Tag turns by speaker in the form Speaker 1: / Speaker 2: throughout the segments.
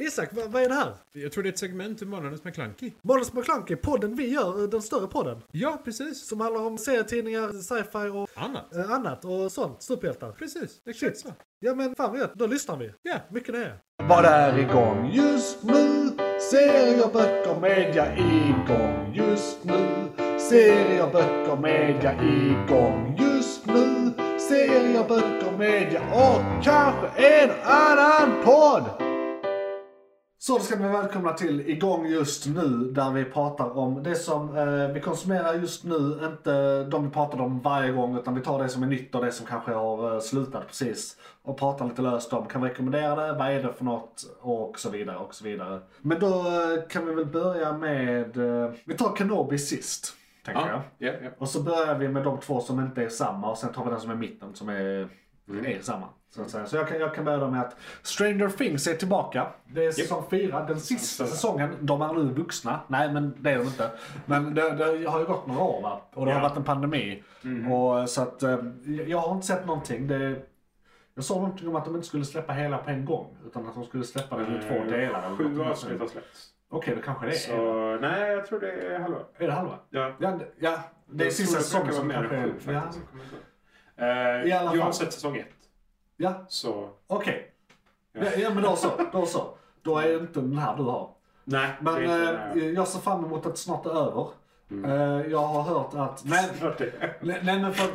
Speaker 1: Isak, vad, vad är det här?
Speaker 2: Jag tror det är ett segment ur Månadens McKlunky.
Speaker 1: Måns McClunky, podden vi gör, eh, den större podden.
Speaker 2: Ja, precis.
Speaker 1: Som handlar om serietidningar, sci-fi och
Speaker 2: Annat.
Speaker 1: eh, annat och sånt. Superhjältar.
Speaker 2: Precis, exakt så.
Speaker 1: Ja men fan vad gött, då lyssnar vi.
Speaker 2: Ja.
Speaker 1: Mycket det är.
Speaker 3: Vad är igång just nu? Serier, böcker, media igång just nu. Serier, böcker, media igång just nu. Serier, böcker, media och kanske en annan podd. Så då ska ni vara välkomna till igång just nu där vi pratar om det som eh, vi konsumerar just nu. Inte de vi pratar om varje gång utan vi tar det som är nytt och det som kanske har eh, slutat precis. Och pratar lite löst om, kan vi rekommendera det, vad är det för något och så vidare och så vidare. Men då eh, kan vi väl börja med, eh, vi tar Kenobi sist. Tänker jag.
Speaker 2: ja, ja.
Speaker 3: Och så börjar vi med de två som inte är samma och sen tar vi den som är mitten som är,
Speaker 4: Mm.
Speaker 3: är samma. Så, att säga. så jag, kan, jag kan börja med att Stranger Things är tillbaka. Det är säsong fyra, den sista säsongen. De är nu vuxna. Nej men det är de inte. Men det, det har ju gått några år va? Och det har varit en pandemi.
Speaker 4: Mm-hmm.
Speaker 3: Och, så att, eh, jag- jag har inte sett någonting. Det, jag sa någonting om att de inte skulle släppa hela på en gång. Utan att de skulle släppa den i två delar. eller
Speaker 4: Mm. Sju
Speaker 3: någonting.
Speaker 4: avsnitt har släppts.
Speaker 3: Okej, då kanske det är.
Speaker 4: Så nej, jag tror det är halva.
Speaker 3: Är det halva?
Speaker 4: Ja.
Speaker 3: Ja, det- ja det är
Speaker 4: Jag
Speaker 3: sista
Speaker 4: tror
Speaker 3: säsongen
Speaker 4: det
Speaker 3: som
Speaker 4: brukar vara
Speaker 3: kanske
Speaker 4: mer än
Speaker 3: är...
Speaker 4: sju,
Speaker 3: Ja,
Speaker 4: faktiskt. Jag kommer inte ihåg. Eh,
Speaker 3: I alla
Speaker 4: Jag har
Speaker 3: fall.
Speaker 4: sett säsong ett.
Speaker 3: ja
Speaker 4: Så
Speaker 3: Okej. Ja. ja, men då så. Då så. Då är det inte den här du har.
Speaker 4: nej, det är
Speaker 3: Men
Speaker 4: inte den här.
Speaker 3: eh,
Speaker 4: Mm.
Speaker 3: jag ser fram emot att snart är över. Eh, jag har hört att... Nej,
Speaker 4: Snart det.
Speaker 3: nej, nej men för...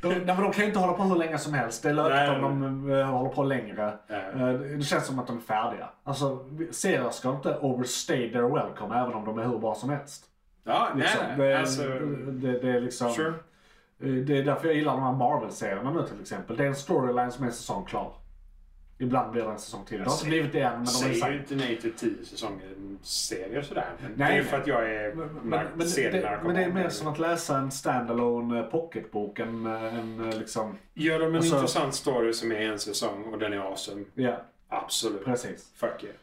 Speaker 3: De, nej, men de kan ju inte hålla på hur länge som helst. Det är löjligt om
Speaker 4: Nej,
Speaker 3: de eh, håller på längre.
Speaker 4: Nej.
Speaker 3: Eh, det känns som att de är färdiga. Alltså, serier ska inte overstay their welcome även om de är hur bra som helst.
Speaker 4: Ja, nej,
Speaker 3: Liksom.
Speaker 4: nej.
Speaker 3: det,
Speaker 4: alltså,
Speaker 3: det, det är liksom...
Speaker 4: sure.
Speaker 3: Eh, Det är därför jag gillar de här Marvel-serierna nu till exempel. Det är en storyline som är en säsong klar. Ibland blir det en säsong till. Det har inte
Speaker 4: säger-
Speaker 3: blivit det än, men de är
Speaker 4: Säger ju
Speaker 3: säkert...
Speaker 4: inte nej till tio säsonger serier sådär. Men
Speaker 3: Nej,
Speaker 4: det är ju
Speaker 3: nej.
Speaker 4: för att jag är
Speaker 3: Men, men,
Speaker 4: nark-
Speaker 3: men, det,
Speaker 4: serienarkoman.
Speaker 3: men det är mer som att läsa en standalone eh, pocketbok än eh, en eh, liksom...
Speaker 4: Gör de en
Speaker 3: Alltså-
Speaker 4: intressant story som är en säsong och den är awesome.
Speaker 3: Ja,
Speaker 4: Absolut.
Speaker 3: precis.
Speaker 4: Fuck yeah.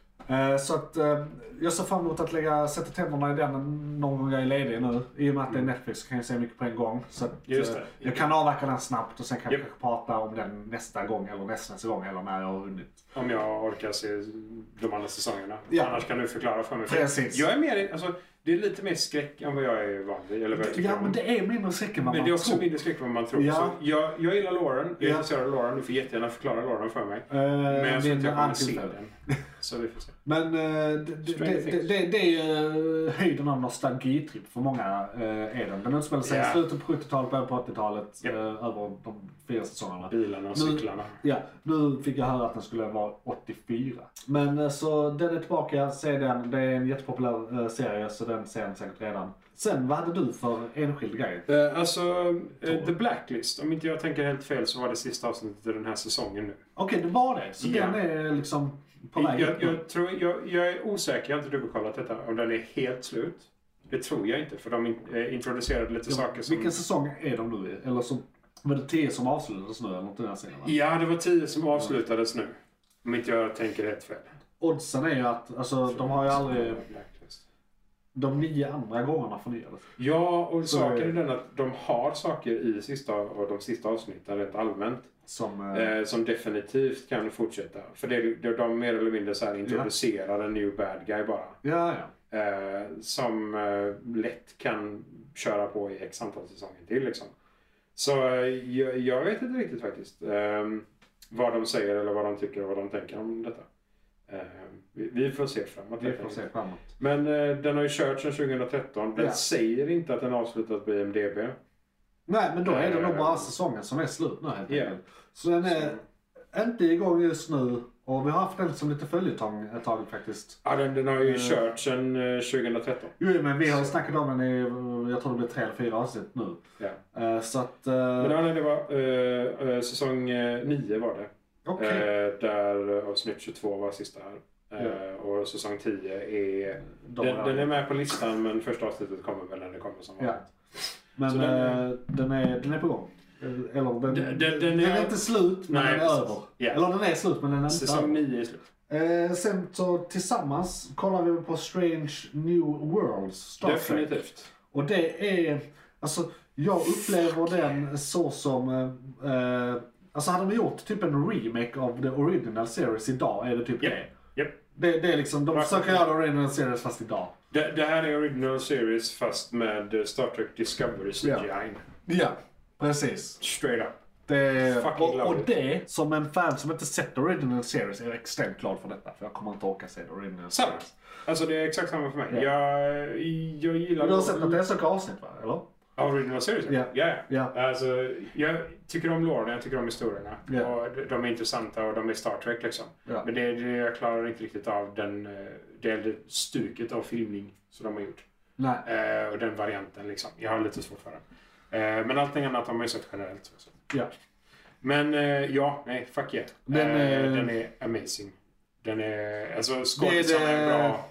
Speaker 3: Eh, Så att eh, jag ser fram emot att lägga, sätta tänderna i den någon gång jag är ledig nu. I och med att det är Netflix så kan jag se mycket på en gång. Så att,
Speaker 4: Mm.
Speaker 3: eh,
Speaker 4: Just det.
Speaker 3: jag kan avverka den snabbt och sen kan jag
Speaker 4: Japp.
Speaker 3: kanske prata om den nästa gång eller nästa, nästa gång eller när jag har hunnit.
Speaker 4: Om jag orkar se de andra säsongerna.
Speaker 3: Ja.
Speaker 4: Annars kan du förklara för mig. För
Speaker 3: Precis.
Speaker 4: Jag är mer, alltså, det är lite mer skräck än vad jag är van vid. Eller vad jag tycker
Speaker 3: Ja,
Speaker 4: om.
Speaker 3: men det är mindre säkert än vad
Speaker 4: Men
Speaker 3: man
Speaker 4: det är också
Speaker 3: tror.
Speaker 4: mindre skräck än vad man tror.
Speaker 3: Ja.
Speaker 4: Så jag, jag gillar Lauren. Jag är
Speaker 3: Ja.
Speaker 4: intresserad av Lauren. Du får jättegärna förklara Lauren för mig.
Speaker 3: Eh,
Speaker 4: Men jag tror
Speaker 3: vid
Speaker 4: inte jag
Speaker 3: andra
Speaker 4: kommer se
Speaker 3: tillfällen.
Speaker 4: den. Så vi får se.
Speaker 3: Men eh, det, det,
Speaker 4: Stranger
Speaker 3: det, det, det är ju eh, höjden av nostalgitripp för många eh, är den. Den utspelar sig i
Speaker 4: Ja.
Speaker 3: slutet på 70-talet, början på 80-talet,
Speaker 4: Ja.
Speaker 3: eh, över de fyra säsongerna.
Speaker 4: Bilarna och
Speaker 3: Nu-
Speaker 4: cyklarna.
Speaker 3: Ja, nu fick jag höra att den skulle vara 84. Men eh, så den är tillbaka, se den. Det är en jättepopulär eh, serie så den ser ni säkert redan. Sen, vad hade du för enskild grej?
Speaker 4: Eh, alltså, eh, The Blacklist. Om inte jag tänker helt fel så var det sista avsnittet i den här säsongen nu.
Speaker 3: Okej, det var det. Så
Speaker 4: Ja.
Speaker 3: den är liksom på väg
Speaker 4: Jag,
Speaker 3: upp nu.
Speaker 4: jag, tror, jag, jag är osäker, jag har inte dubbelkollat detta, om den är helt slut. Det tror jag inte, för de in, eh, introducerade lite saker som...
Speaker 3: Vilken säsong är de nu i? Eller så var det 10 som avslutades nu eller något i den här serien va?
Speaker 4: Ja, det var tio som avslutades nu. Om inte jag tänker helt fel.
Speaker 3: Oddsen är ju att alltså, de har ju aldrig...
Speaker 4: Blacklist.
Speaker 3: De nio andra gångerna förnyades.
Speaker 4: Ja, och
Speaker 3: Så-
Speaker 4: saken är den att de har saker i sista, och de sista avsnitten rent allmänt
Speaker 3: Som... eh,
Speaker 4: eh, som definitivt kan fortsätta. För det, det, de mer eller mindre så här introducerar en new bad guy bara.
Speaker 3: Ja, ja.
Speaker 4: Eh, som eh, lätt kan köra på i x antal säsonger till. Liksom. Så eh, jag, jag vet inte riktigt faktiskt eh, vad de säger eller vad de tycker och vad de tänker om detta. Eh, vi, vi får se framåt.
Speaker 3: Vi
Speaker 4: helt
Speaker 3: får
Speaker 4: enkelt.
Speaker 3: se framåt.
Speaker 4: Men eh, den har ju kört sedan 2013. Den
Speaker 3: Ja.
Speaker 4: säger inte att den är avslutad på IMDB.
Speaker 3: Nej, men då är det
Speaker 4: Eh,
Speaker 3: nog bara säsongen som är slut nu helt
Speaker 4: Ja.
Speaker 3: enkelt. Så den är inte igång just nu. Och vi har haft den som lite följetong ett tag faktiskt.
Speaker 4: Ja, den, den har ju
Speaker 3: Eh.
Speaker 4: kört sedan eh, 2013.
Speaker 3: Jo, men vi har
Speaker 4: Så.
Speaker 3: snackat om den i, eh, jag tror det blir tre eller fyra avsnitt nu.
Speaker 4: Ja.
Speaker 3: Eh, Så att...
Speaker 4: Men
Speaker 3: eh,
Speaker 4: ja, nej, det var eh, eh, säsong 9 var det.
Speaker 3: Okej.
Speaker 4: Eh, där eh, avsnitt 22 var sista här. Eh, Och säsong 10 är...
Speaker 3: De
Speaker 4: Den,
Speaker 3: har-
Speaker 4: den är med på listan men första avsnittet kommer väl när det kommer som
Speaker 3: Ja.
Speaker 4: vanligt.
Speaker 3: Men
Speaker 4: Så
Speaker 3: den,
Speaker 4: den-
Speaker 3: eh, den, är, den är på gång. Eller den,
Speaker 4: Den- den-
Speaker 3: den,
Speaker 4: den är-
Speaker 3: är inte slut, men
Speaker 4: Nej,
Speaker 3: den är
Speaker 4: precis.
Speaker 3: över.
Speaker 4: Ja.
Speaker 3: Eller den är slut, men den är inte
Speaker 4: Säsong
Speaker 3: över.
Speaker 4: 9 är slut.
Speaker 3: Eh, sen så tillsammans kollar vi på Strange New Worlds, Star Trek.
Speaker 4: Definitivt.
Speaker 3: Och det är, alltså jag upplever den så som, eh, eh, alltså hade de gjort typ en remake av the original series idag är det typ
Speaker 4: Ja.
Speaker 3: det.
Speaker 4: Japp.
Speaker 3: Det, det är liksom, de
Speaker 4: Varför?
Speaker 3: försöker göra original series fast idag.
Speaker 4: Det, det här är original series fast med eh, Star Trek Discovery CGI.
Speaker 3: Ja, precis.
Speaker 4: Straight up.
Speaker 3: Det,
Speaker 4: Fucking
Speaker 3: eh, och, och
Speaker 4: lovely.
Speaker 3: det, som en fan som inte sett original series, är jag extremt glad för detta. För jag kommer inte orka se the original
Speaker 4: Samma.
Speaker 3: series.
Speaker 4: Alltså det är exakt samma för mig. Jag, jag gillar...
Speaker 3: Men Du har sett att det är så avsnitt va? Eller?
Speaker 4: Original series?
Speaker 3: Ja.
Speaker 4: ja.
Speaker 3: Ja.
Speaker 4: Alltså, jag tycker om låren, jag tycker om historierna.
Speaker 3: Ja.
Speaker 4: Och de- de är intressanta och de är Star Trek liksom.
Speaker 3: Ja.
Speaker 4: Men det, det, jag klarar inte riktigt av den, eh, det äldre stuket av filmning som de har gjort.
Speaker 3: Nej.
Speaker 4: Eh, och den varianten liksom. Jag har lite svårt för den. Eh, men allting annat har man ju sett generellt. Så. så.
Speaker 3: Ja.
Speaker 4: Men eh, ja, nej, fuck yeah.
Speaker 3: Den,
Speaker 4: eh,
Speaker 3: eh,
Speaker 4: den är amazing. Den är, alltså skådisarna
Speaker 3: Det är det-
Speaker 4: är bra.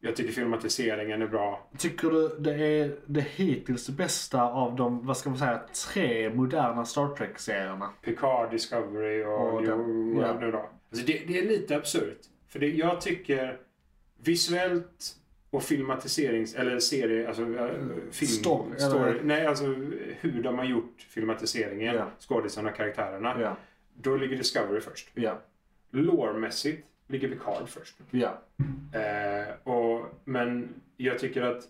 Speaker 4: Jag tycker filmatiseringen är bra.
Speaker 3: Tycker du det är det hittills bästa av de, vad ska man säga, tre moderna Star Trek-serierna?
Speaker 4: Picard, Discovery och,
Speaker 3: Och
Speaker 4: New
Speaker 3: den-
Speaker 4: World
Speaker 3: ja.
Speaker 4: nu då. Alltså det, det är lite absurt. För det, jag tycker visuellt och filmatiserings... Eller serie... Alltså eh, film...
Speaker 3: Mm. Story, eller-
Speaker 4: nej, alltså hur de har gjort filmatiseringen.
Speaker 3: Ja.
Speaker 4: Skådisarna och karaktärerna.
Speaker 3: Ja,
Speaker 4: Då ligger Discovery först.
Speaker 3: ja,
Speaker 4: Lore-mässigt ligger Picard först.
Speaker 3: ja.
Speaker 4: Eh, och, men jag tycker att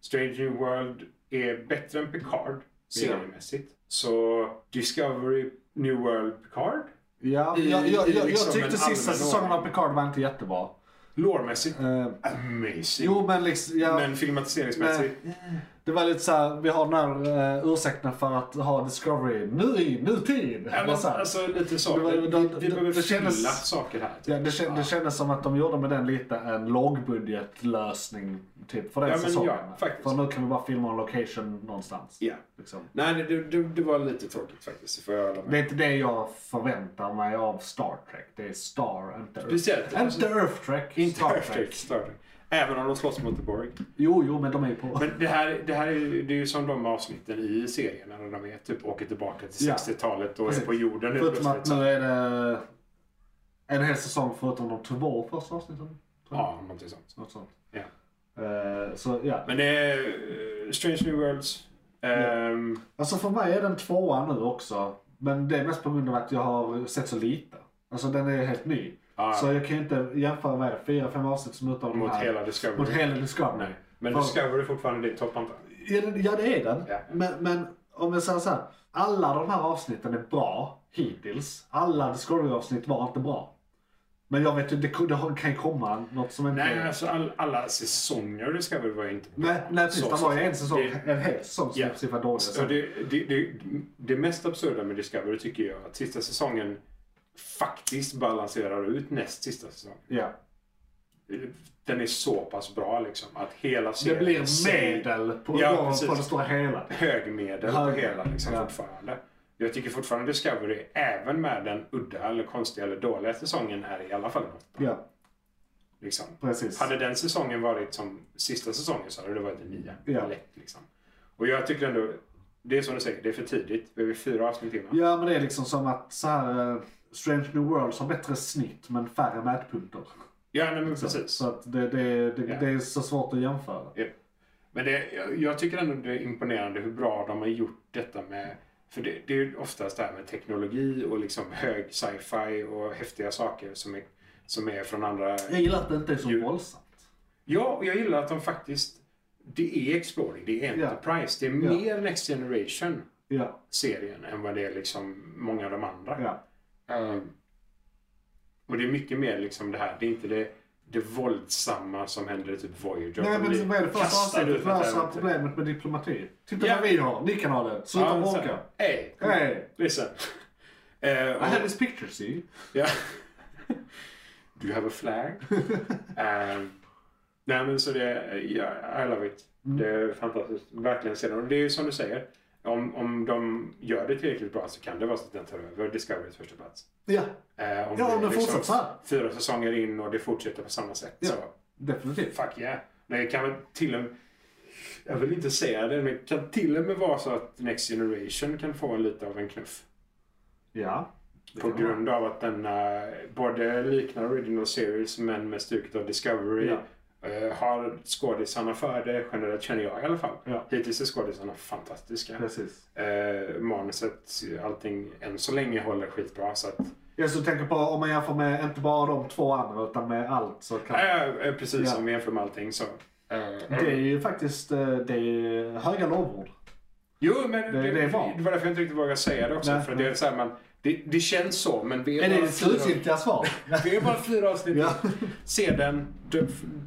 Speaker 4: Strange New World är bättre än Picard seriemässigt. Så Discovery, New World, Picard.
Speaker 3: Ja,
Speaker 4: I-
Speaker 3: jag, jag,
Speaker 4: i
Speaker 3: jag,
Speaker 4: liksom
Speaker 3: jag tyckte
Speaker 4: en
Speaker 3: sista
Speaker 4: allmän
Speaker 3: säsongen av
Speaker 4: ordning.
Speaker 3: Picard var inte jättebra.
Speaker 4: Lore-mässigt,
Speaker 3: Eh,
Speaker 4: amazing.
Speaker 3: jo, men liksom... Ja,
Speaker 4: Men filmatiseringsmässigt,
Speaker 3: Det var lite såhär, vi har den här uh, ursäkten för att ha Discovery nu i nutid.
Speaker 4: ja,
Speaker 3: Bara
Speaker 4: men,
Speaker 3: så här.
Speaker 4: alltså lite
Speaker 3: Det var-
Speaker 4: saker. Vi,
Speaker 3: det-
Speaker 4: vi
Speaker 3: det-
Speaker 4: behöver
Speaker 3: det
Speaker 4: fylla
Speaker 3: kändes-
Speaker 4: saker här. typ.
Speaker 3: Ja, det, kän- det kändes som att de gjorde med den lite en lågbudgetlösning typ för den
Speaker 4: Ja, men
Speaker 3: säsongen.
Speaker 4: ja, faktiskt.
Speaker 3: för nu kan vi bara filma en location någonstans.
Speaker 4: Ja.
Speaker 3: Liksom.
Speaker 4: Nej, det, det- det, det var lite tråkigt faktiskt. Får jag hålla med.
Speaker 3: Det är inte det jag förväntar mig av Star Trek. Det är Star, inte Earth.
Speaker 4: Speciellt, alltså-
Speaker 3: inte Earth Trek.
Speaker 4: Inte
Speaker 3: Star
Speaker 4: Star Trek. Star Trek. Även om de slåss mot The Borg.
Speaker 3: Jo, jo, men de är ju på.
Speaker 4: Men det här, det här är, ju- det är ju som de avsnitten i serien när de är, typ, åker tillbaka till
Speaker 3: Ja.
Speaker 4: 60-talet och är
Speaker 3: Precis.
Speaker 4: på jorden helt
Speaker 3: förutom
Speaker 4: plötsligt.
Speaker 3: att nu är det en hel säsong förutom de två första avsnitten. tror jag.
Speaker 4: Ja, någonting sånt.
Speaker 3: Något sånt.
Speaker 4: Ja.
Speaker 3: Eh, så ja.
Speaker 4: Men det är eh, Strange New Worlds. Ehm,
Speaker 3: Alltså för mig är den tvåa nu också. Men det är mest på grund av att jag har sett så lite. Alltså den är helt ny.
Speaker 4: Ah, Ja.
Speaker 3: Så jag kan ju inte jämföra med fyra, fem avsnitt som utav de
Speaker 4: Mot
Speaker 3: här.
Speaker 4: hela Discovery.
Speaker 3: Mot hela Discovery.
Speaker 4: Nej. Men
Speaker 3: För-
Speaker 4: Discovery är fortfarande din topp antar
Speaker 3: Ja, det- ja det är den.
Speaker 4: Ja.
Speaker 3: Men, men om jag säger så här. Alla de här avsnitten är bra hittills. Alla Discovery-avsnitt var inte bra. Men jag vet ju, det, kunde- det kan ju komma något som inte...
Speaker 4: Nej, alltså all, alla säsonger av Discovery var ju inte bra.
Speaker 3: nej, nej precis.
Speaker 4: Så-
Speaker 3: det var ju en säsong,
Speaker 4: det-
Speaker 3: en hel säsong som i
Speaker 4: Ja.
Speaker 3: princip var dålig.
Speaker 4: Och det, det, det, det mest absurda med Discovery tycker jag är att sista säsongen faktiskt balanserar ut näst sista säsongen.
Speaker 3: Ja.
Speaker 4: Den är så pass bra liksom att hela
Speaker 3: Det
Speaker 4: serien...
Speaker 3: blir
Speaker 4: sig-
Speaker 3: medel på,
Speaker 4: Ja,
Speaker 3: på,
Speaker 4: precis.
Speaker 3: på det stora hela.
Speaker 4: högmedel på
Speaker 3: Hög-
Speaker 4: hela liksom,
Speaker 3: ja.
Speaker 4: fortfarande. Jag tycker fortfarande Discovery, även med den udda eller konstiga eller dåliga säsongen, är i alla fall en åtta.
Speaker 3: Ja,
Speaker 4: Liksom.
Speaker 3: precis.
Speaker 4: Hade den säsongen varit som sista säsongen så hade det varit en nia.
Speaker 3: Ja.
Speaker 4: Lätt, liksom. Och jag tycker ändå, det är som du säger, det är för tidigt. Vi har ju fyra avsnitt innan.
Speaker 3: Ja, men det är liksom som att så här, eh, Strange New Worlds har bättre snitt men färre mätpunkter.
Speaker 4: Ja, nej, men
Speaker 3: Så,
Speaker 4: precis.
Speaker 3: så att det, det, det,
Speaker 4: Ja.
Speaker 3: det är så svårt att jämföra.
Speaker 4: Ja. Men det, jag- jag tycker ändå det är imponerande hur bra de har gjort detta med... För det, det är ju oftast det här med teknologi och liksom hög sci-fi och häftiga saker som är, som är från andra...
Speaker 3: Jag gillar att det inte är så
Speaker 4: Ju-
Speaker 3: våldsamt.
Speaker 4: Ja, och jag gillar att de faktiskt... Det är Exploring, det är
Speaker 3: Ja.
Speaker 4: Enterprise. Det är
Speaker 3: Ja.
Speaker 4: mer Next Generation-serien
Speaker 3: Ja,
Speaker 4: än vad det är liksom många av de andra.
Speaker 3: ja.
Speaker 4: Ehm, och det är mycket mer liksom det här, det är inte det, det våldsamma som händer i typ Voyager.
Speaker 3: Nej,
Speaker 4: De blir
Speaker 3: men liksom, vad är det första
Speaker 4: kastade ut
Speaker 3: avsnittet?
Speaker 4: i ett
Speaker 3: Lösa
Speaker 4: äventyr.
Speaker 3: problemet med diplomati. Titta
Speaker 4: Ja.
Speaker 3: vad vi har, ni kan ha det. Sluta
Speaker 4: men så här,
Speaker 3: bråka.
Speaker 4: Hey, come on,
Speaker 3: Hey,
Speaker 4: listen. Eh,
Speaker 3: I had
Speaker 4: och,
Speaker 3: this picture see.
Speaker 4: ja. Do you have a flag? Ehm, nej men så det, ja, I love it.
Speaker 3: Mm.
Speaker 4: Det är fantastiskt. Verkligen sedan. Och det är ju som du säger. Om, om de gör det tillräckligt bra så kan det vara så att den tar över Discoverys första plats.
Speaker 3: Ja,
Speaker 4: Eh, om
Speaker 3: Ja,
Speaker 4: det
Speaker 3: om det
Speaker 4: liksom
Speaker 3: fortsätter så här.
Speaker 4: Fyra säsonger in och det fortsätter på samma sätt.
Speaker 3: Ja.
Speaker 4: Så
Speaker 3: definitivt.
Speaker 4: fuck yeah. Det kan väl till och med... Jag vill inte säga det, men det kan till och med vara så att Next Generation kan få lite av en knuff.
Speaker 3: Ja. Det
Speaker 4: På
Speaker 3: kan vara.
Speaker 4: grund av att den eh, både liknar Original Series men med stuket av Discovery.
Speaker 3: Ja.
Speaker 4: eh, har skådisarna för det, generellt känner jag i alla fall.
Speaker 3: Ja.
Speaker 4: Hittills är skådisarna fantastiska.
Speaker 3: Precis.
Speaker 4: Eh, manuset, allting än så länge håller skitbra. Så att
Speaker 3: Jag så tänker på om man jämför med inte bara de två andra utan med allt så kan
Speaker 4: Äh, äh, precis
Speaker 3: Ja.
Speaker 4: som vi jämför med allting så. Äh,
Speaker 3: Det är ju faktiskt eh, det är ju höga lovord.
Speaker 4: Jo, men
Speaker 3: det
Speaker 4: det,
Speaker 3: är
Speaker 4: det,
Speaker 3: bra.
Speaker 4: var därför jag inte riktigt vågade säga det också.
Speaker 3: Nej.
Speaker 4: för det, är så här, man, det, det känns så, men vi
Speaker 3: Är
Speaker 4: är,
Speaker 3: det
Speaker 4: bara
Speaker 3: ditt
Speaker 4: fyra,
Speaker 3: slutgiltiga svar?
Speaker 4: vi är bara fyra avsnitt
Speaker 3: Ja.
Speaker 4: in. Se den, döm,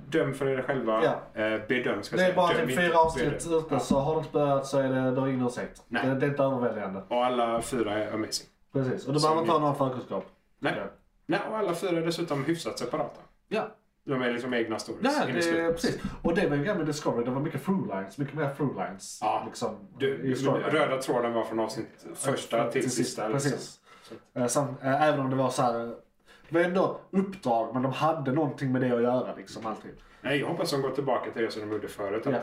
Speaker 4: döm för er själva.
Speaker 3: Ja.
Speaker 4: Eh, bedöm, ska jag
Speaker 3: Det är
Speaker 4: säga.
Speaker 3: bara
Speaker 4: Döm
Speaker 3: typ
Speaker 4: inte,
Speaker 3: fyra avsnitt
Speaker 4: bedöm.
Speaker 3: ute så har du inte börjat så är det, du har ingen ursäkt. Det,
Speaker 4: Nej.
Speaker 3: det är inte överväldigande.
Speaker 4: Och alla fyra är amazing.
Speaker 3: Precis. Och du
Speaker 4: Så
Speaker 3: behöver inte ha
Speaker 4: mitt-
Speaker 3: någon förkunskap.
Speaker 4: Nej.
Speaker 3: Ja.
Speaker 4: Nej, och alla fyra är dessutom hyfsat separata.
Speaker 3: Ja.
Speaker 4: De är liksom egna stories.
Speaker 3: Det här,
Speaker 4: in i
Speaker 3: det,
Speaker 4: slutet.
Speaker 3: precis. Och det var ju grejen med Discovery, det var mycket throughlines, mycket mer throughlines.
Speaker 4: Ja.
Speaker 3: Liksom,
Speaker 4: Du,
Speaker 3: i storyn.
Speaker 4: röda tråden var från avsnitt första till sista. liksom.
Speaker 3: Precis. Eh, Sen, eh, även om det var så här, eh, det var ändå uppdrag men de hade någonting med det att göra liksom alltid.
Speaker 4: Nej, jag hoppas de går tillbaka till det som de gjorde förut. Att
Speaker 3: Ja.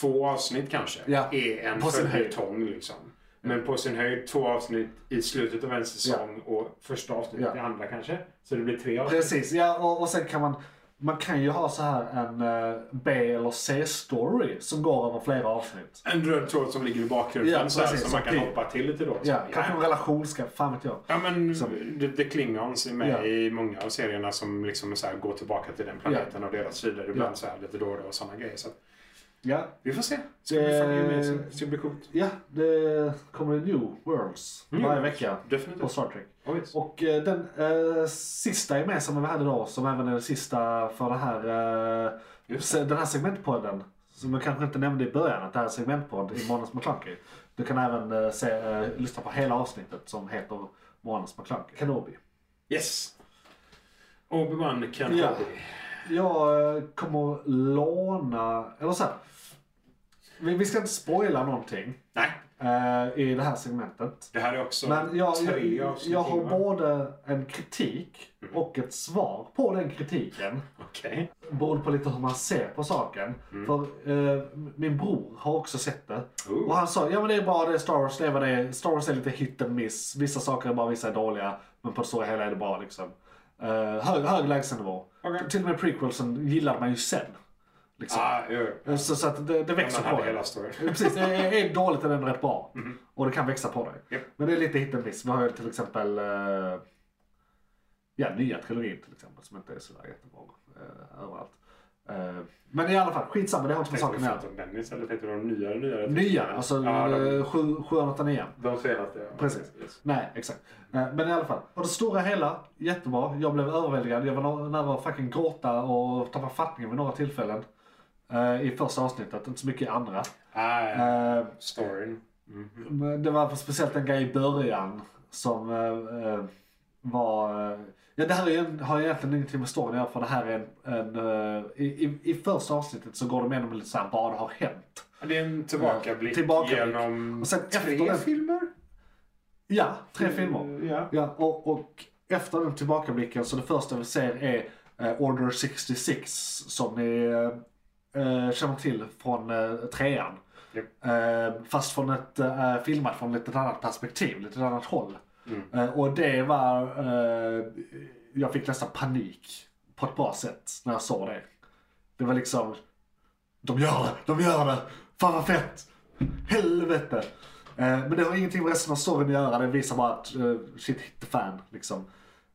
Speaker 4: Två avsnitt kanske
Speaker 3: Ja.
Speaker 4: är en
Speaker 3: På sin
Speaker 4: följetong. Liksom. Men på sin höjd två avsnitt i slutet av en säsong och första avsnittet
Speaker 3: Ja.
Speaker 4: i andra kanske. Så det blir tre avsnitt.
Speaker 3: Precis, ja och, och sen kan man man kan ju ha så här en eh, B eller C-story som går över flera avsnitt.
Speaker 4: En röd tråd som ligger i bakgrunden
Speaker 3: Ja,
Speaker 4: så här,
Speaker 3: precis,
Speaker 4: som man
Speaker 3: som
Speaker 4: kan
Speaker 3: pil.
Speaker 4: hoppa till lite då. Så,
Speaker 3: Ja, kanske en relationsskatt, fan vet jag.
Speaker 4: Ja men
Speaker 3: Som-
Speaker 4: The, the Klingons är med
Speaker 3: Ja.
Speaker 4: i många av serierna som liksom så här, går tillbaka till den planeten och deras sidor ibland så här, lite då och då och sådana grejer. Så att,
Speaker 3: Ja,
Speaker 4: vi får se. Så det, blir fan gemensamt. Så det blir coolt.
Speaker 3: ja det kommer det New Worlds
Speaker 4: New
Speaker 3: varje
Speaker 4: Worlds.
Speaker 3: vecka på
Speaker 4: Definitivt.
Speaker 3: Star Trek.
Speaker 4: Oh, yes.
Speaker 3: Och eh, den eh, sista gemensamma vi hade då, som även är den sista för det här, eh,
Speaker 4: Just
Speaker 3: se- den här segmentpodden. Som jag kanske inte nämnde i början, att det här är en segmentpodd i Månads McClunky. Du kan även eh, se, eh, lyssna på hela avsnittet som heter Månads McClunky. Kenobi.
Speaker 4: Yes. Obi-Wan Kenobi.
Speaker 3: Ja. Jag eh, kommer låna, eller så här. Vi, vi ska inte spoila någonting
Speaker 4: Nej,
Speaker 3: eh, i det här segmentet.
Speaker 4: det här är också
Speaker 3: Men jag,
Speaker 4: tre
Speaker 3: jag,
Speaker 4: avsnitt
Speaker 3: jag har
Speaker 4: in, va?
Speaker 3: både en kritik och ett svar på den kritiken.
Speaker 4: Okej.
Speaker 3: Beroende på lite hur man ser på saken.
Speaker 4: Mm.
Speaker 3: För eh, min bror har också sett det.
Speaker 4: Ooh.
Speaker 3: Och han sa, ja men det är bara det är Star Wars, det är vad det är. Star Wars är lite hit and miss. Vissa saker är bra, vissa är dåliga. Men på det stora hela är det bra liksom. Eh, hög, hög lägstanivå.
Speaker 4: Okej.
Speaker 3: Till och med prequelsen gillade man ju sen. Liksom.
Speaker 4: Ah, jo.
Speaker 3: Så, så att det, det växer
Speaker 4: Man
Speaker 3: på
Speaker 4: hade
Speaker 3: en.
Speaker 4: hela storyn.
Speaker 3: Precis, det är är dåligt eller ändå rätt bra. Och det kan växa på dig.
Speaker 4: Japp.
Speaker 3: Men det är lite hit and miss. Vi har ju till exempel eh, ja, nya trilogin till exempel som inte är sådär jättebra eh, överallt. Eh, men i alla fall, skitsamma. Det har inte med
Speaker 4: Tänkte
Speaker 3: saken
Speaker 4: du
Speaker 3: att
Speaker 4: främst
Speaker 3: göra.
Speaker 4: om Dennis eller tänkte du de nyare, nyare?
Speaker 3: Nyare, alltså
Speaker 4: ja, de,
Speaker 3: eh, sju- 789.
Speaker 4: de senaste. Ja.
Speaker 3: Precis.
Speaker 4: Yes.
Speaker 3: Nej, exakt. Eh, Men i alla fall. På det stora hela, jättebra. Jag blev överväldigad. Jag var nå- nära att fucking gråta och tappa fattningen vid några tillfällen. eh, I första avsnittet, inte så mycket i andra.
Speaker 4: Ah, ja.
Speaker 3: Eh,
Speaker 4: storyn. Mm-hmm.
Speaker 3: Men Det var speciellt en grej i början som eh, eh, var... eh, Ja, det här är ju, en- har ju egentligen ingenting med storyn att göra för det här är en... en eh, i, i, I första avsnittet så går de igenom lite såhär, vad har hänt?
Speaker 4: Det är en tillbakablick,
Speaker 3: Tillbakablick.
Speaker 4: genom
Speaker 3: Och sen
Speaker 4: tre
Speaker 3: efter den-
Speaker 4: filmer.
Speaker 3: Ja, tre
Speaker 4: Mm.
Speaker 3: filmer.
Speaker 4: Ja.
Speaker 3: Ja, och, och efter den tillbakablicken så det första vi ser är eh, Order 66 som ni eh, eh, känner till från eh, trean.
Speaker 4: Japp.
Speaker 3: Eh, fast från ett, eh, filmat från ett lite annat perspektiv, lite annat håll.
Speaker 4: Mm.
Speaker 3: Eh, och det var, eh, jag fick nästan panik på ett bra sätt när jag såg det. Det var liksom, de gör det, de gör det, fan vad fett, helvete. Eh, men det har ingenting med resten av storyn att göra, det visar bara att eh, shit hit the fan liksom.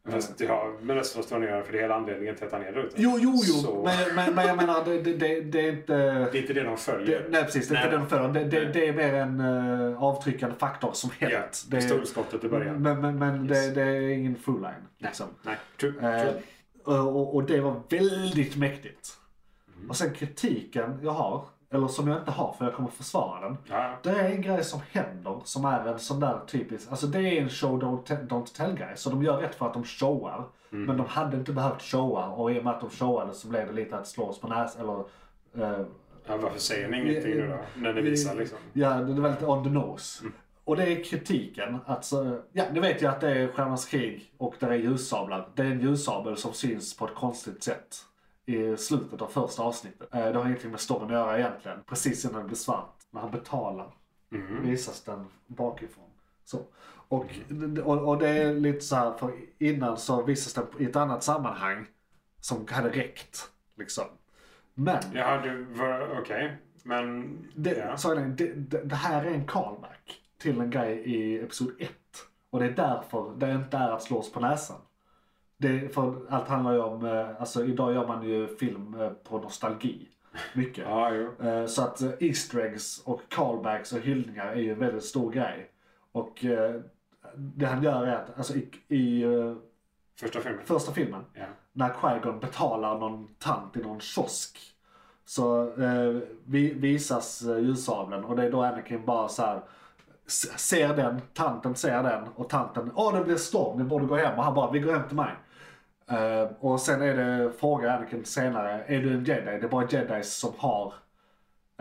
Speaker 4: Fast, ja, men resten av storyn gör det, för det är hela anledningen till att han är där ute.
Speaker 3: Jo, jo,
Speaker 4: Så-
Speaker 3: jo, men, men, men jag menar det, det, det, det är inte...
Speaker 4: Det är inte det de följer.
Speaker 3: Det, nej precis, det är inte
Speaker 4: Nej.
Speaker 3: den förrän. Det, det,
Speaker 4: Nej.
Speaker 3: det är mer en eh, avtryckande faktor som hänt.
Speaker 4: Ja,
Speaker 3: det är,
Speaker 4: pistolskottet i början.
Speaker 3: men men, men
Speaker 4: Yes.
Speaker 3: det, det är ingen full line. Liksom.
Speaker 4: Nej, true,
Speaker 3: Eh,
Speaker 4: true.
Speaker 3: och, och det var väldigt mäktigt. Och sen kritiken jag har, eller som jag inte har för jag kommer försvara den.
Speaker 4: Ja,
Speaker 3: Det är en grej som händer som är en sån där typisk, alltså det är en show don't, te- don't tell grej. Så de gör rätt för att de showar. Men de hade inte behövt showa och i och med att de showade så blev det lite att slå oss på näsan eller eh,
Speaker 4: ja, varför säger ni ingenting nu då? När ni visar liksom. Mm.
Speaker 3: Ja, det var lite on the nose. Och det är kritiken. Att, så- ja, ni vet ju att det är Stjärnornas krig och där är ljussablar. Det är en ljussabel som syns på ett konstigt sätt i slutet av första avsnittet. Eh, Det har ingenting med storyn att göra egentligen. Precis innan det blir svart, när han betalar,
Speaker 4: Mm.
Speaker 3: visas den bakifrån. Så. Och,
Speaker 4: Mm.
Speaker 3: och, och det är lite så här, för innan så visas den i ett annat sammanhang som hade räckt. Liksom. Men
Speaker 4: Jaha, du var okej. Men...
Speaker 3: det,
Speaker 4: ja.
Speaker 3: så är det, det, det här är en callback till en grej i episod 1. Och det är därför det inte är att slås på näsan. Det, för allt handlar ju om, eh, alltså idag gör man ju film eh, på nostalgi. Mycket.
Speaker 4: Ja, jo.
Speaker 3: Eh, Så att eh, Easter eggs och callbacks och hyllningar är ju en väldigt stor grej. Och eh, det han gör är att alltså, i, i eh,
Speaker 4: Första filmen.
Speaker 3: första filmen,
Speaker 4: Ja.
Speaker 3: när Qui-Gon betalar någon tant i någon kiosk. Så eh, vi, visas eh, ljussabeln och det är då Anakin bara så här s- ser den, tanten ser den och tanten, åh det blir storm, ni borde gå hem. Och han bara, vi går hem till mig. Eh, och sen är det, frågar Anakin senare, är du en jedi? Det är bara jedis som har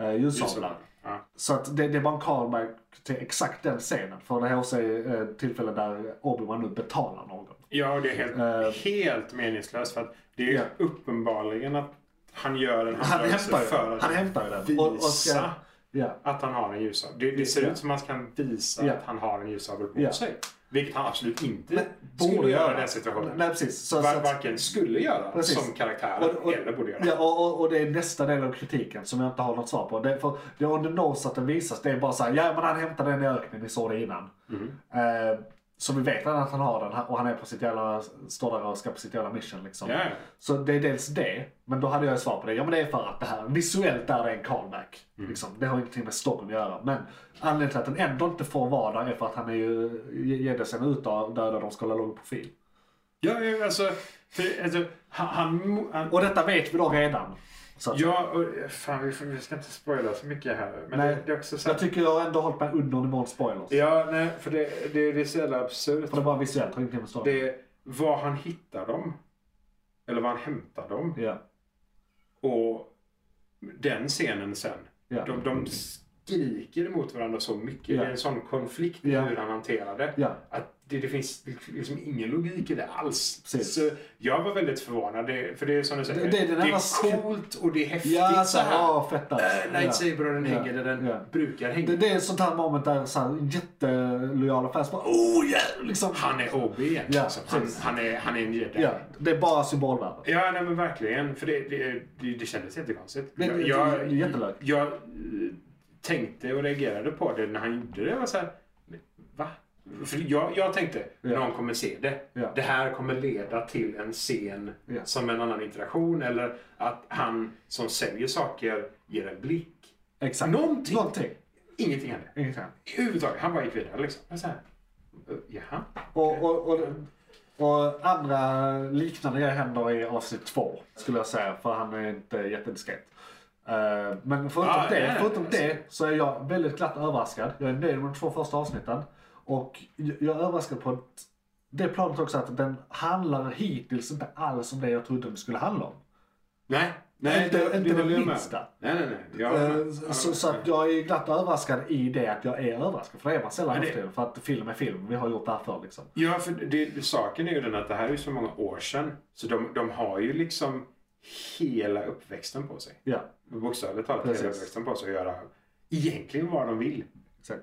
Speaker 3: uh, ljussablar.
Speaker 4: Ja.
Speaker 3: Så att det, det är bara en callback till exakt den scenen. För det här också är eh, tillfälle där Obi-Wan nu betalar någon.
Speaker 4: ja, och det är helt,
Speaker 3: Eh.
Speaker 4: helt meningslöst för att det är ju
Speaker 3: Ja.
Speaker 4: uppenbarligen att han gör en
Speaker 3: Han
Speaker 4: handrörelse
Speaker 3: hämtar ju
Speaker 4: för
Speaker 3: den.
Speaker 4: att
Speaker 3: Han hämtar ju den.
Speaker 4: visa
Speaker 3: Och, och ska, ja,
Speaker 4: att han har en ljussabel. Det, det ser
Speaker 3: Ja.
Speaker 4: ut som att han kan visa
Speaker 3: Ja.
Speaker 4: att han har en ljussabel på
Speaker 3: Ja.
Speaker 4: sig. Vilket han absolut inte
Speaker 3: Nej,
Speaker 4: skulle
Speaker 3: borde
Speaker 4: göra i
Speaker 3: göra.
Speaker 4: den situationen.
Speaker 3: nej precis. Så, så
Speaker 4: Var,
Speaker 3: att,
Speaker 4: varken skulle göra
Speaker 3: Precis.
Speaker 4: som karaktär
Speaker 3: och, och,
Speaker 4: eller borde göra.
Speaker 3: ja, och, och, och det är nästa del av kritiken som jag inte har något svar på. Det, för det är on the nose att den visas. Det är bara så här, ja men han hämtade den i öknen, ni såg det innan.
Speaker 4: Mhm.
Speaker 3: Eh, så vi vet redan att han har den och han är på sitt jävla, står där och ska på sitt jävla mission liksom.
Speaker 4: Ja.
Speaker 3: Så det är dels det, men då hade jag ett svar på det. Ja men det är för att det här, visuellt är det en callback.
Speaker 4: Mm.
Speaker 3: Liksom. Det har ingenting med storyn att göra. Men anledningen till att den ändå inte får vara där är för att han är ju, Jedde sen ut där, där de ska hålla låg profil.
Speaker 4: Ja, ja, alltså, för, alltså han, han, han,
Speaker 3: Och detta vet vi då redan. Så att,
Speaker 4: Ja, och, fan, vi, får- vi ska inte spoila så mycket här. Men
Speaker 3: Nej.
Speaker 4: det, det är också så
Speaker 3: jag
Speaker 4: här,
Speaker 3: tycker jag har ändå hållit mig under nivån spoilers.
Speaker 4: Ja, nej, för det, det, det är så jävla absurt.
Speaker 3: För det är bara visuellt, har ingenting med storyn.
Speaker 4: Det är var han hittar dem. Eller var han hämtar dem.
Speaker 3: Ja,
Speaker 4: Och den scenen sen.
Speaker 3: ja,
Speaker 4: De, de skriker mot varandra så mycket.
Speaker 3: Ja.
Speaker 4: Det är en sån konflikt i
Speaker 3: Ja.
Speaker 4: hur han hanterar det.
Speaker 3: ja.
Speaker 4: Att det, det finns liksom ingen logik i det alls.
Speaker 3: Precis.
Speaker 4: Så jag var väldigt förvånad. Det, för det är som du säger,
Speaker 3: Det- det är den enda
Speaker 4: är
Speaker 3: skri-
Speaker 4: coolt och det är häftigt.
Speaker 3: Ja, så
Speaker 4: så här.
Speaker 3: ja, fett alltså.
Speaker 4: Äh, lightsaber och den
Speaker 3: Ja.
Speaker 4: hänger där den
Speaker 3: Ja.
Speaker 4: brukar hänga.
Speaker 3: Det, det är ett sånt här moment där så här, jättelojala fans bara oh yeah! Liksom.
Speaker 4: Han är HB egentligen.
Speaker 3: Ja,
Speaker 4: alltså. han,
Speaker 3: precis.
Speaker 4: han, är, han är en jedi.
Speaker 3: Ja, det är bara symbolvärde.
Speaker 4: Ja, nej men verkligen. För det, det, det, det kändes jättekonstigt.
Speaker 3: Det- det- det är jättelöjligt.
Speaker 4: jag eh, tänkte och reagerade på det när han gjorde det. Jag var så här, men va? För jag, jag tänkte,
Speaker 3: Ja.
Speaker 4: någon kommer se det.
Speaker 3: Ja.
Speaker 4: Det här kommer leda till en scen
Speaker 3: Ja.
Speaker 4: som en annan interaktion. Eller att han som säljer saker ger en blick.
Speaker 3: Exakt.
Speaker 4: Någonting.
Speaker 3: Någonting.
Speaker 4: Ingenting hände.
Speaker 3: Ingenting.
Speaker 4: Överhuvudtaget. Han bara gick vidare liksom. Jag var så här, eh, jaha?
Speaker 3: Och, och, och, och andra liknande grejer händer i avsnitt två, skulle jag säga, för han är inte jättediskret. Eh, Men förutom,
Speaker 4: Ah,
Speaker 3: det,
Speaker 4: nej,
Speaker 3: förutom
Speaker 4: alltså.
Speaker 3: det så är jag väldigt glatt överraskad. Jag är nöjd med de två första avsnitten. Och jag jag är överraskad på att det planet också att den handlar hittills inte alls om det jag trodde den skulle handla om.
Speaker 4: Nej.
Speaker 3: Inte- inte det
Speaker 4: håller jag med.
Speaker 3: minsta.
Speaker 4: Nej, nej, nej. Jag håller med.
Speaker 3: Eh,
Speaker 4: Jag håller
Speaker 3: Så,
Speaker 4: med.
Speaker 3: så att jag är glatt överraskad i det att jag är överraskad. För det är man sällan
Speaker 4: Ja, det-
Speaker 3: det... för att film är film. Vi har gjort det här förr liksom.
Speaker 4: Ja, för det, saken är ju den att det här är ju så många år sedan. Så de, de har ju liksom hela uppväxten på sig.
Speaker 3: Ja,
Speaker 4: Bokstavligt talat hela
Speaker 3: Precis.
Speaker 4: uppväxten på sig att göra egentligen vad de vill.
Speaker 3: exakt.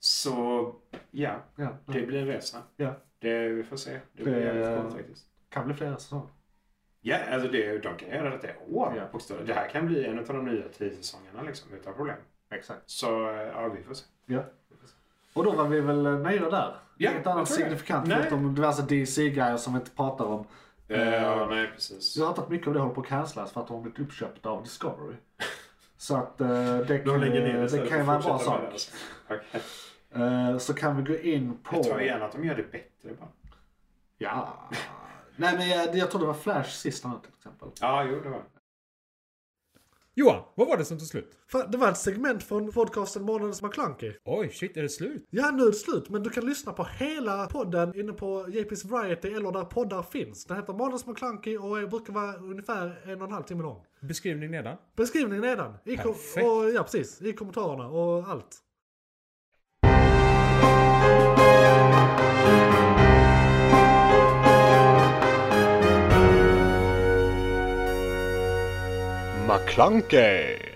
Speaker 4: Så ja,
Speaker 3: Ja,
Speaker 4: det blir en resa.
Speaker 3: Ja.
Speaker 4: Det, vi får se. Det blir
Speaker 3: Det-
Speaker 4: jävligt coolt faktiskt.
Speaker 3: kan bli flera säsonger.
Speaker 4: Ja, alltså det, de kan göra detta i år.
Speaker 3: Ja.
Speaker 4: bokstavligt. Det här kan bli en av de nya tio säsongerna liksom, utan problem.
Speaker 3: Exakt.
Speaker 4: Så ja, vi får se.
Speaker 3: Ja. Och då var vi väl eh, nöjda där.
Speaker 4: Ja,
Speaker 3: Inget
Speaker 4: jag
Speaker 3: annat
Speaker 4: tror det.
Speaker 3: signifikant
Speaker 4: Nej.
Speaker 3: förutom diverse DC-grejer som vi inte pratar om.
Speaker 4: Eh, ja, nej, precis.
Speaker 3: Jag har hört att mycket av det håller på att cancelas för att de har blivit uppköpta av Discovery. Så att eh, det
Speaker 4: De
Speaker 3: kan,
Speaker 4: lägger ner det
Speaker 3: det
Speaker 4: istället
Speaker 3: kan ju
Speaker 4: för
Speaker 3: vara en
Speaker 4: att
Speaker 3: bra
Speaker 4: fortsätta
Speaker 3: sak.
Speaker 4: med det, alltså. Okej.
Speaker 3: Eh, så kan vi gå in på...
Speaker 4: Jag tror gärna att de gör det bättre bara.
Speaker 3: Ja. Nej men jag, jag tror det var Flash sist han var, till exempel.
Speaker 4: Ja, jo, det var det.
Speaker 2: Johan, vad var det som tog slut?
Speaker 5: Fan, det var ett segment från podcasten Månadens McKlunky.
Speaker 2: Oj, shit, är det slut?
Speaker 5: Ja, nu är det slut, men du kan lyssna på hela podden inne på JP's Variety eller där poddar finns. Den heter Månadens McKlunky och är- brukar vara ungefär en och en halv timme lång.
Speaker 2: Beskrivning nedan.
Speaker 5: Beskrivningen nedan. I kom-
Speaker 2: Perfekt.
Speaker 5: och, ja, precis. I kommentarerna och allt.
Speaker 6: McClunkey!